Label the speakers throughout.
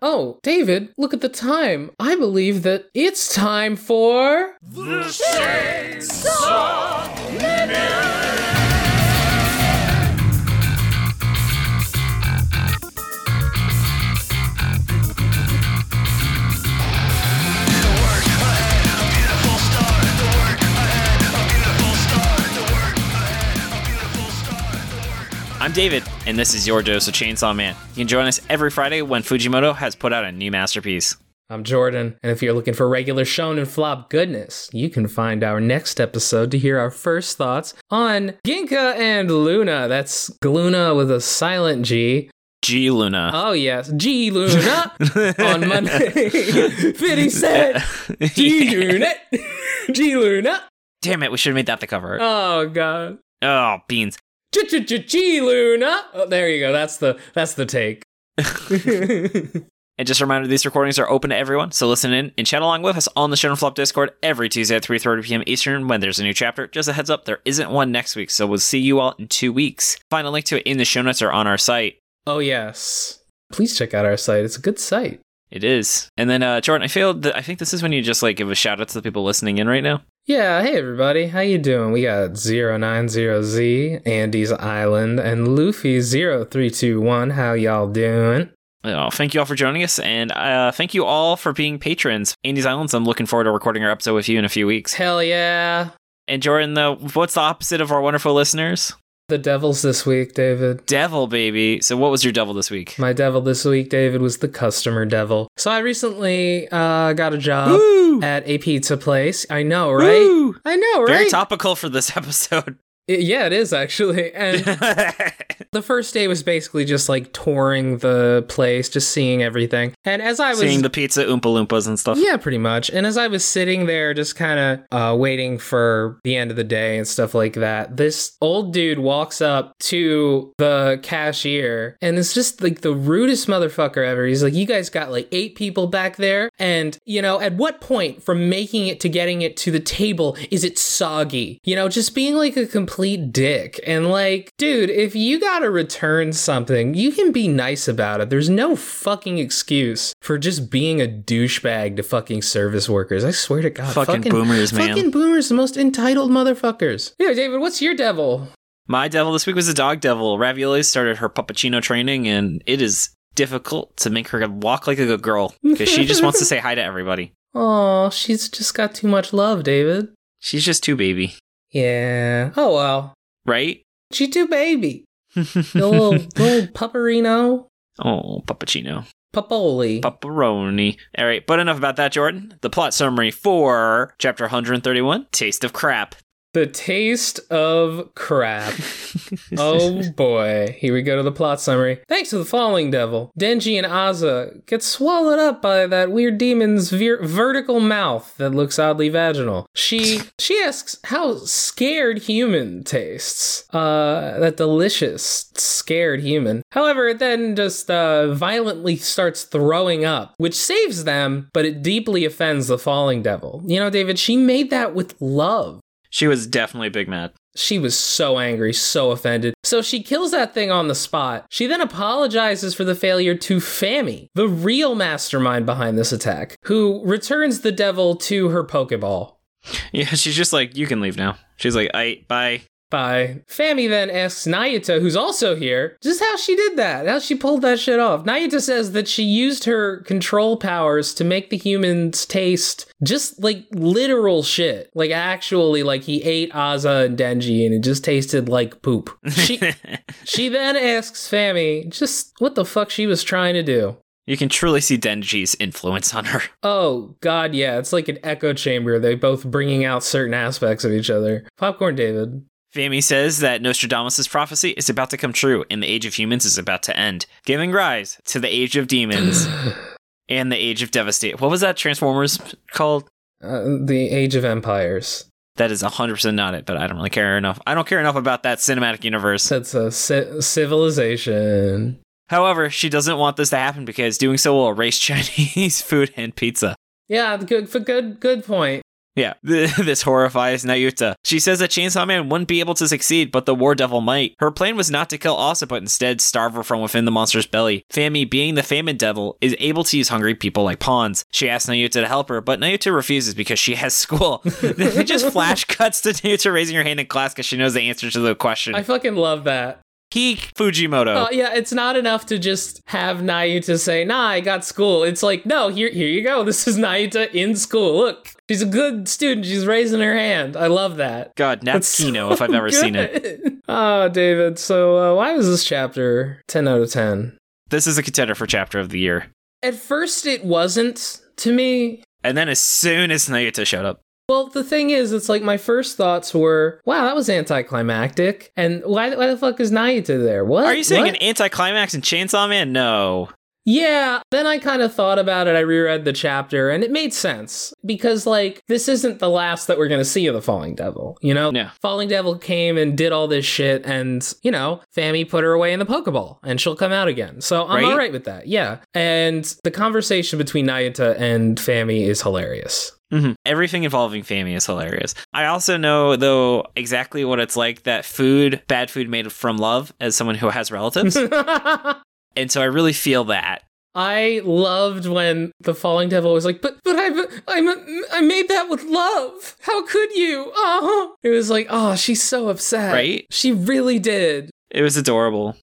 Speaker 1: Oh, David, look at the time. I believe that it's time for.
Speaker 2: The Shades
Speaker 3: I'm David, and this is your dose of Chainsaw Man. You can join us every Friday when Fujimoto has put out a new masterpiece.
Speaker 1: I'm Jordan, and if you're looking for regular shonen flop goodness, you can find our next episode to hear our first thoughts on Ginka and Luna. That's Gluna with a silent G.
Speaker 3: G Luna.
Speaker 1: Oh yes, G Luna on Monday. Fifty cent G Luna, G Luna.
Speaker 3: Damn it, we should have made that the cover.
Speaker 1: Oh god.
Speaker 3: oh, beans.
Speaker 1: G Luna. Oh, there you go. That's the that's the take.
Speaker 3: And just a reminder, these recordings are open to everyone, so listen in and chat along with us on the Shonen Flop Discord every Tuesday at 3.30 p.m. Eastern when there's a new chapter. Just a heads up, there isn't one next week, so we'll see you all in two weeks. Find a link to it in the show notes or on our site.
Speaker 1: oh yes. Please check out our site. It's a good site.
Speaker 3: It is. And then, uh, Jordan, I failed. I think this is when you just, like, give a shout-out to the people listening in right now.
Speaker 1: Yeah, hey everybody, how you doing? We got 090Z, Andy's Island, and Luffy0321. How y'all doing?
Speaker 3: Oh, thank you all for joining us, and uh, thank you all for being patrons. Andy's Islands, I'm looking forward to recording our episode with you in a few weeks.
Speaker 1: Hell yeah.
Speaker 3: And Jordan, though, what's the opposite of our wonderful listeners?
Speaker 1: The devil's this week, David.
Speaker 3: Devil, baby. So what was your devil this week?
Speaker 1: My devil this week, David, was the customer devil. So I recently uh, got a job
Speaker 3: Woo!
Speaker 1: at a pizza place. I know, right?
Speaker 3: Woo!
Speaker 1: I know, right?
Speaker 3: Very topical for this episode.
Speaker 1: It- yeah, it is actually. And the first day was basically just like touring the place, just seeing everything. And as I was
Speaker 3: Seeing the pizza Oompa Loompas and stuff.
Speaker 1: Yeah, pretty much. And as I was sitting there, just kind of uh, waiting for the end of the day and stuff like that, this old dude walks up to the cashier and it's just like the rudest motherfucker ever. He's like, You guys got like eight people back there. And, you know, at what point from making it to getting it to the table is it soggy? You know, just being like a complete dick. And like, dude, if you gotta return something, you can be nice about it. There's no fucking excuse for just being a douchebag to fucking service workers. I swear to God.
Speaker 3: Fucking boomers, man.
Speaker 1: Fucking boomers, the most entitled motherfuckers. Yeah, David, what's your devil?
Speaker 3: My devil this week was a dog devil. Ravioli started her puppuccino training, and it is difficult to make her walk like a good girl because she just wants to say hi to everybody.
Speaker 1: Oh, she's just got too much love, David.
Speaker 3: She's just too baby,
Speaker 1: Yeah. Oh, well.
Speaker 3: right?
Speaker 1: She too baby. The little, little pupperino.
Speaker 3: oh, puppuccino.
Speaker 1: Papoli.
Speaker 3: Pepperoni. All right, but enough about that, Jordan. The plot summary for chapter 131 Taste of Crap.
Speaker 1: The taste of crap. oh boy. Here we go to the plot summary. Thanks to the falling devil, Denji and Aza get swallowed up by that weird demon's ver- vertical mouth that looks oddly vaginal. She she asks how scared human tastes. Uh that delicious scared human. However, it then just uh violently starts throwing up, which saves them, but it deeply offends the falling devil. You know, David, she made that with love
Speaker 3: She was definitely big mad.
Speaker 1: she was so angry, so offended. So she kills that thing on the spot. She then apologizes for the failure to Fami, the real mastermind behind this attack, who returns the devil to her Pokeball.
Speaker 3: Yeah, she's just like, you can leave now. She's like, I bye.
Speaker 1: Bye. Fami then asks Nayuta, who's also here, just how she did that, how she pulled that shit off. Nayuta says that she used her control powers to make the humans taste just like literal shit. Like actually, like he ate Aza and Denji and it just tasted like poop. She She then asks Fami just what the fuck she was trying to do.
Speaker 3: you can truly see Denji's influence on her.
Speaker 1: Oh, God, yeah, it's like an echo chamber. They both bringing out certain aspects of each other. Popcorn David.
Speaker 3: Fami says that Nostradamus' prophecy is about to come true and the age of humans is about to end, giving rise to the age of demons and the age of devastate. What was that Transformers called?
Speaker 1: Uh, the Age of Empires.
Speaker 3: That is 100% not it, but I don't really care enough. I don't care enough about that cinematic universe.
Speaker 1: That's a ci- civilization.
Speaker 3: However, she doesn't want this to happen because doing so will erase Chinese food and pizza.
Speaker 1: Yeah, good, for good, good point.
Speaker 3: Yeah, this horrifies Nayuta. She says that Chainsaw Man wouldn't be able to succeed, but the War Devil might. Her plan was not to kill Asa, but instead starve her from within the monster's belly. Fami, being the famine devil, is able to use hungry people like pawns. She asks Nayuta to help her, but Nayuta refuses because she has school. then it just flash cuts to Nayuta raising her hand in class because she knows the answer to the question.
Speaker 1: I fucking love that.
Speaker 3: Peak Fujimoto.
Speaker 1: Uh, yeah, it's not enough to just have Nayuta say, "Nah, I got school." It's like, no, here, here you go. This is Nayuta in school. Look, she's a good student. She's raising her hand. I love that.
Speaker 3: God, Natsukino, so if I've ever
Speaker 1: good.
Speaker 3: seen it.
Speaker 1: Oh, David. So, uh, why was this chapter ten out of ten?
Speaker 3: This is a contender for chapter of the year.
Speaker 1: At first, it wasn't to me.
Speaker 3: And then, as soon as Nayuta showed up,
Speaker 1: well, the thing is, it's like my first thoughts were, "Wow, that was anticlimactic," and why, why the fuck is Naita there? What
Speaker 3: are you saying?
Speaker 1: What?
Speaker 3: An anticlimax in Chainsaw Man? No.
Speaker 1: Yeah, then I kind of thought about it. I reread the chapter and it made sense because, like, this isn't the last that we're going to see of the Falling Devil, you know?
Speaker 3: Yeah.
Speaker 1: Falling Devil came and did all this shit, and, you know, Fami put her away in the Pokeball and she'll come out again. So I'm
Speaker 3: Right?
Speaker 1: all right with that. Yeah. And the conversation between Nayuta and Fami is hilarious.
Speaker 3: hmm Everything involving Fami is hilarious. I also know, though, exactly what it's like that food, bad food made from love, as someone who has relatives. and so I really feel that.
Speaker 1: I loved when the falling devil was like, "But, but I, I, I made that with love. How could you?" Oh, it was like, "Oh, she's so upset.
Speaker 3: Right?
Speaker 1: She really did."
Speaker 3: It was adorable.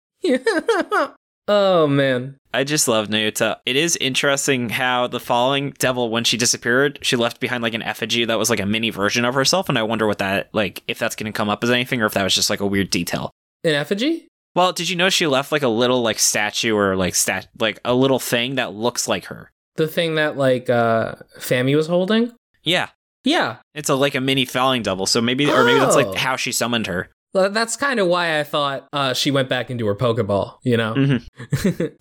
Speaker 1: oh man,
Speaker 3: I just love Nayuta. It is interesting how the falling devil, when she disappeared, she left behind like an effigy that was like a mini version of herself, and I wonder what that like if that's gonna come up as anything or if that was just like a weird detail.
Speaker 1: an effigy.
Speaker 3: Well, did you know she left like a little like statue or like stat like a little thing that looks like her?
Speaker 1: The thing that like uh Fami was holding.
Speaker 3: Yeah.
Speaker 1: Yeah,
Speaker 3: It's a like a mini falling devil, so maybe or maybe that's
Speaker 1: Oh.
Speaker 3: like how she summoned her.
Speaker 1: Well, that's kind of why I thought uh, she went back into her Pokeball. You know.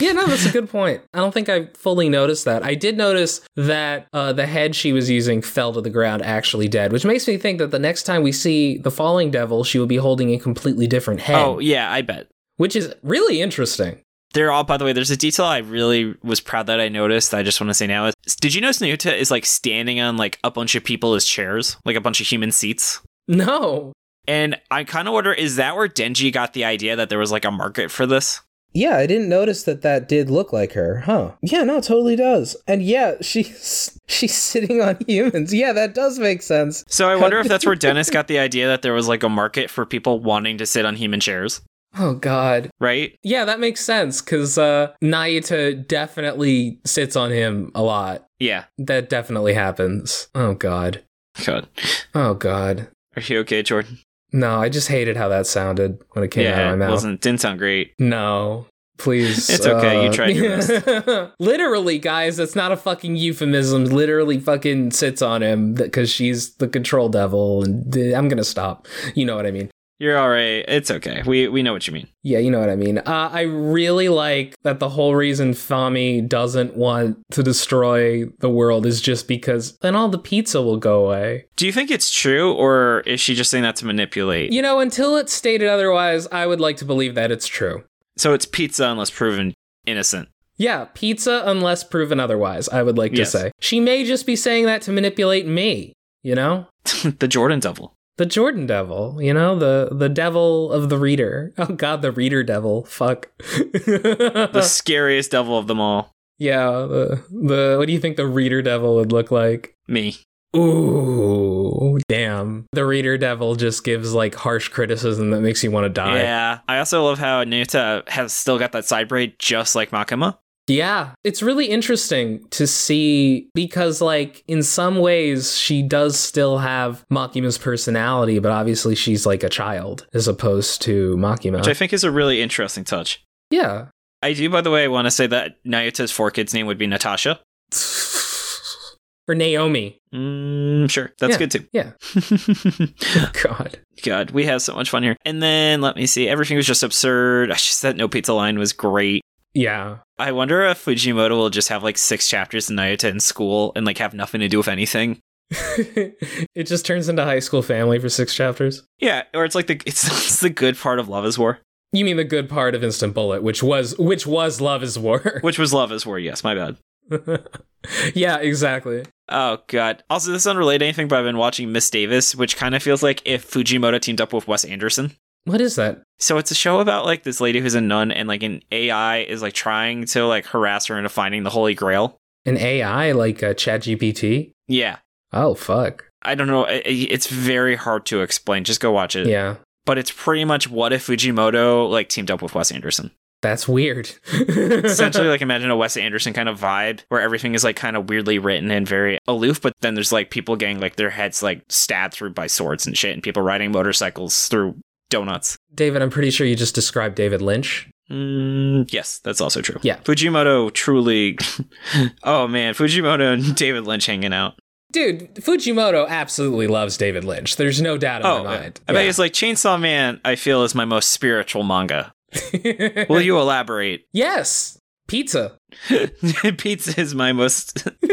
Speaker 1: Yeah, no, that's a good point. I don't think I fully noticed that. I did notice that uh, the head she was using fell to the ground, actually dead, which makes me think that the next time we see the falling devil, she will be holding a completely different head,
Speaker 3: oh yeah, I bet.
Speaker 1: which is really interesting.
Speaker 3: They're all, by the way, there's a detail I really was proud that I noticed. that I just want to say now is, did you notice Nayuta is like standing on like a bunch of people as chairs, like a bunch of human seats?
Speaker 1: No.
Speaker 3: And I kind of wonder, is that where Denji got the idea that there was like a market for this?
Speaker 1: Yeah, I didn't notice that that did look like her, huh? Yeah, no, it totally does. And yeah, she's she's sitting on humans. Yeah, that does make sense.
Speaker 3: So I wonder if that's where Dennis got the idea that there was like a market for people wanting to sit on human chairs,
Speaker 1: Oh God.
Speaker 3: right?
Speaker 1: Yeah, that makes sense because uh, Nayuta definitely sits on him a lot.
Speaker 3: Yeah.
Speaker 1: That definitely happens. Oh god.
Speaker 3: God.
Speaker 1: Oh god.
Speaker 3: Are you okay, Jordan?
Speaker 1: No, I just hated how that sounded when it came out
Speaker 3: it
Speaker 1: of my mouth.
Speaker 3: wasn't didn't sound great.
Speaker 1: No. Please.
Speaker 3: It's okay, you tried your
Speaker 1: best. Literally, guys, that's not a fucking euphemism. Literally fucking sits on him because she's the control devil and d- I'm going to stop. You know what I mean?
Speaker 3: You're all right. It's okay. We we know what you mean.
Speaker 1: Yeah, you know what I mean. Uh, I really like that the whole reason Fami doesn't want to destroy the world is just because then all the pizza will go away.
Speaker 3: Do you think it's true, or is she just saying that to manipulate?
Speaker 1: You know, until it's stated otherwise, I would like to believe that it's true.
Speaker 3: So it's pizza unless proven innocent.
Speaker 1: Yeah, pizza unless proven otherwise, I would like
Speaker 3: Yes.
Speaker 1: to say. She may just be saying that to manipulate me, you know?
Speaker 3: the Jordan devil.
Speaker 1: The Jordan devil, you know, the the devil of the reader. Oh god, the reader devil. Fuck.
Speaker 3: The scariest devil of them all.
Speaker 1: yeah, the, the what do you think the reader devil would look like?
Speaker 3: Me.
Speaker 1: Ooh, damn. The reader devil just gives like harsh criticism that makes you want to die.
Speaker 3: Yeah. I also love how Nuta has still got that side braid just like Makima.
Speaker 1: Yeah, it's really interesting to see because, like, in some ways, she does still have Makima's personality, but obviously she's like a child as opposed to Makima.
Speaker 3: Which I think is a really interesting touch.
Speaker 1: yeah.
Speaker 3: I do, by the way, want to say that Nayuta's four kids' name would be Natasha.
Speaker 1: Or Naomi.
Speaker 3: Mm, sure. That's
Speaker 1: Yeah.
Speaker 3: good too.
Speaker 1: Yeah. God.
Speaker 3: God, we have so much fun here. And then let me see. Everything was just absurd. I just that no pizza line was great.
Speaker 1: Yeah.
Speaker 3: I wonder if Fujimoto will just have like six chapters in Nayuta in school and like have nothing to do with anything.
Speaker 1: it just turns into high school family for six chapters.
Speaker 3: Yeah, or it's like the it's, it's the good part of Love is War,
Speaker 1: You mean the good part of Instant Bullet, which was which was Love is War.
Speaker 3: which was Love is War. Yes, my bad.
Speaker 1: yeah, exactly.
Speaker 3: Oh god. Also, this doesn't relate to anything, but I've been watching Miss Davis, which kind of feels like if Fujimoto teamed up with Wes Anderson.
Speaker 1: What is that?
Speaker 3: So it's a show about like this lady who's a nun, and like an AI is like trying to like harass her into finding the Holy Grail.
Speaker 1: An AI like uh, ChatGPT?
Speaker 3: Yeah,
Speaker 1: Oh fuck.
Speaker 3: I don't know. It- it- It's very hard to explain. Just go watch it.
Speaker 1: Yeah.
Speaker 3: But it's pretty much what if Fujimoto like teamed up with Wes Anderson.
Speaker 1: That's weird.
Speaker 3: Essentially, like imagine a Wes Anderson kind of vibe where everything is like kind of weirdly written and very aloof, but then there's like people getting like their heads like stabbed through by swords and shit, and people riding motorcycles through donuts.
Speaker 1: David, I'm pretty sure you just described David Lynch.
Speaker 3: Mm, yes, that's also true.
Speaker 1: Yeah.
Speaker 3: Fujimoto truly. oh man, Fujimoto and David Lynch hanging out.
Speaker 1: Dude, Fujimoto absolutely loves David Lynch. There's no doubt in
Speaker 3: Oh,
Speaker 1: my
Speaker 3: I,
Speaker 1: mind.
Speaker 3: I bet it's like Chainsaw Man. I feel is my most spiritual manga. Will you elaborate?
Speaker 1: yes. Pizza.
Speaker 3: Pizza is my most.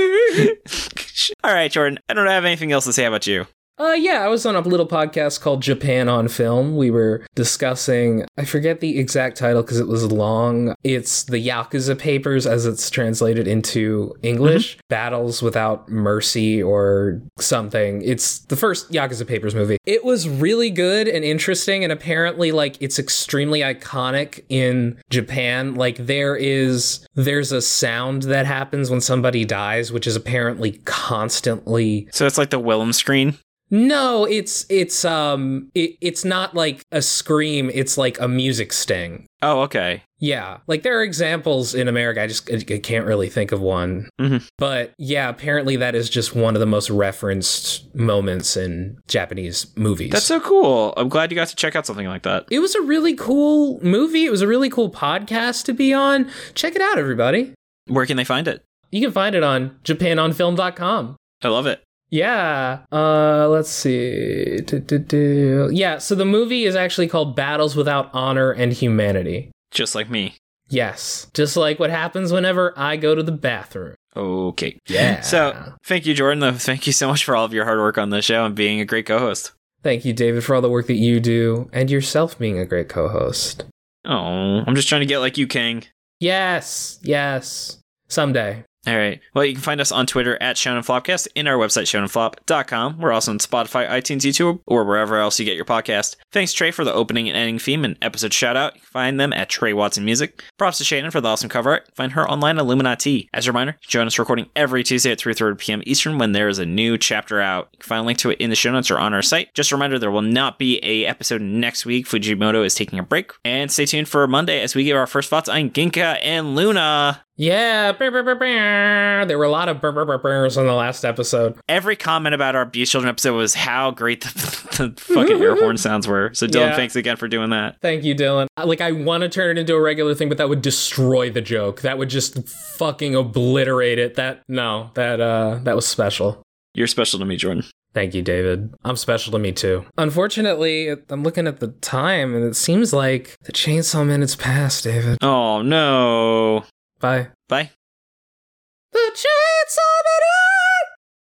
Speaker 3: All right, Jordan. I don't have anything else to say about you.
Speaker 1: Uh, yeah, I was on a little podcast called Japan on Film. We were discussing, I forget the exact title because it was long. It's the Yakuza Papers as it's translated into English Battles Without Mercy or something. It's the first Yakuza Papers movie. It was really good and interesting, and apparently, like, it's extremely iconic in Japan. Like, there is, there's a sound that happens when somebody dies, which is apparently constantly
Speaker 3: So it's like the Willem screen.
Speaker 1: no, it's it's um it, it's not like a scream, it's like a music sting.
Speaker 3: Oh, okay.
Speaker 1: Yeah, like there are examples in America. I just I, I can't really think of one.
Speaker 3: Mhm.
Speaker 1: But yeah, apparently that is just one of the most referenced moments in Japanese movies.
Speaker 3: That's so cool. I'm glad you got to check out something like that.
Speaker 1: it was a really cool movie. It was a really cool podcast to be on. Check it out, everybody.
Speaker 3: Where can they find it?
Speaker 1: You can find it on japanonfilm.com.
Speaker 3: I love it.
Speaker 1: Yeah. Uh, let's see. Du-du-du. Yeah. So the movie is actually called Battles Without Honor and Humanity.
Speaker 3: Just like me.
Speaker 1: Yes. Just like what happens whenever I go to the bathroom.
Speaker 3: Okay.
Speaker 1: Yeah.
Speaker 3: So thank you, Jordan. Though Thank you so much for all of your hard work on the show and being a great co-host.
Speaker 1: Thank you, David, for all the work that you do and yourself being a great co host.
Speaker 3: Oh, I'm just trying to get like you, King.
Speaker 1: Yes. Yes. Someday.
Speaker 3: All right. Well, you can find us on Twitter at Shonen Flopcast and our website, shonenflop.com. We're also on Spotify, iTunes, YouTube, or wherever else you get your podcast. Thanks, Trey, for the opening and ending theme and episode shout out. You can find them at Trey Watson Music. Props to Shannon for the awesome cover art. Find her online at Illuminati. As a reminder, join us recording every Tuesday at 3.30 p.m. Eastern when there is a new chapter out. You can find a link to it in the show notes or on our site. Just a reminder, there will not be a episode next week. Fujimoto is taking a break. And stay tuned for Monday as we give our first thoughts on Ginka and Luna.
Speaker 1: Yeah. Brr, brr, brr, brr. There were a lot of brr, brr, brr, brrs in the last episode.
Speaker 3: every comment about our Beast Children episode was how great the, the fucking air horn sounds were. So Dylan,
Speaker 1: Yeah.
Speaker 3: thanks again for doing that.
Speaker 1: Thank you, Dylan. Like, I want to turn it into a regular thing, but that would destroy the joke. That would just fucking obliterate it. That no, that uh, that was special.
Speaker 3: You're special to me, Jordan.
Speaker 1: Thank you, David. I'm special to me too. Unfortunately, I'm looking at the time, and it seems like the chainsaw minute's past, David.
Speaker 3: Oh no.
Speaker 1: Bye.
Speaker 3: Bye.
Speaker 1: The chainsaw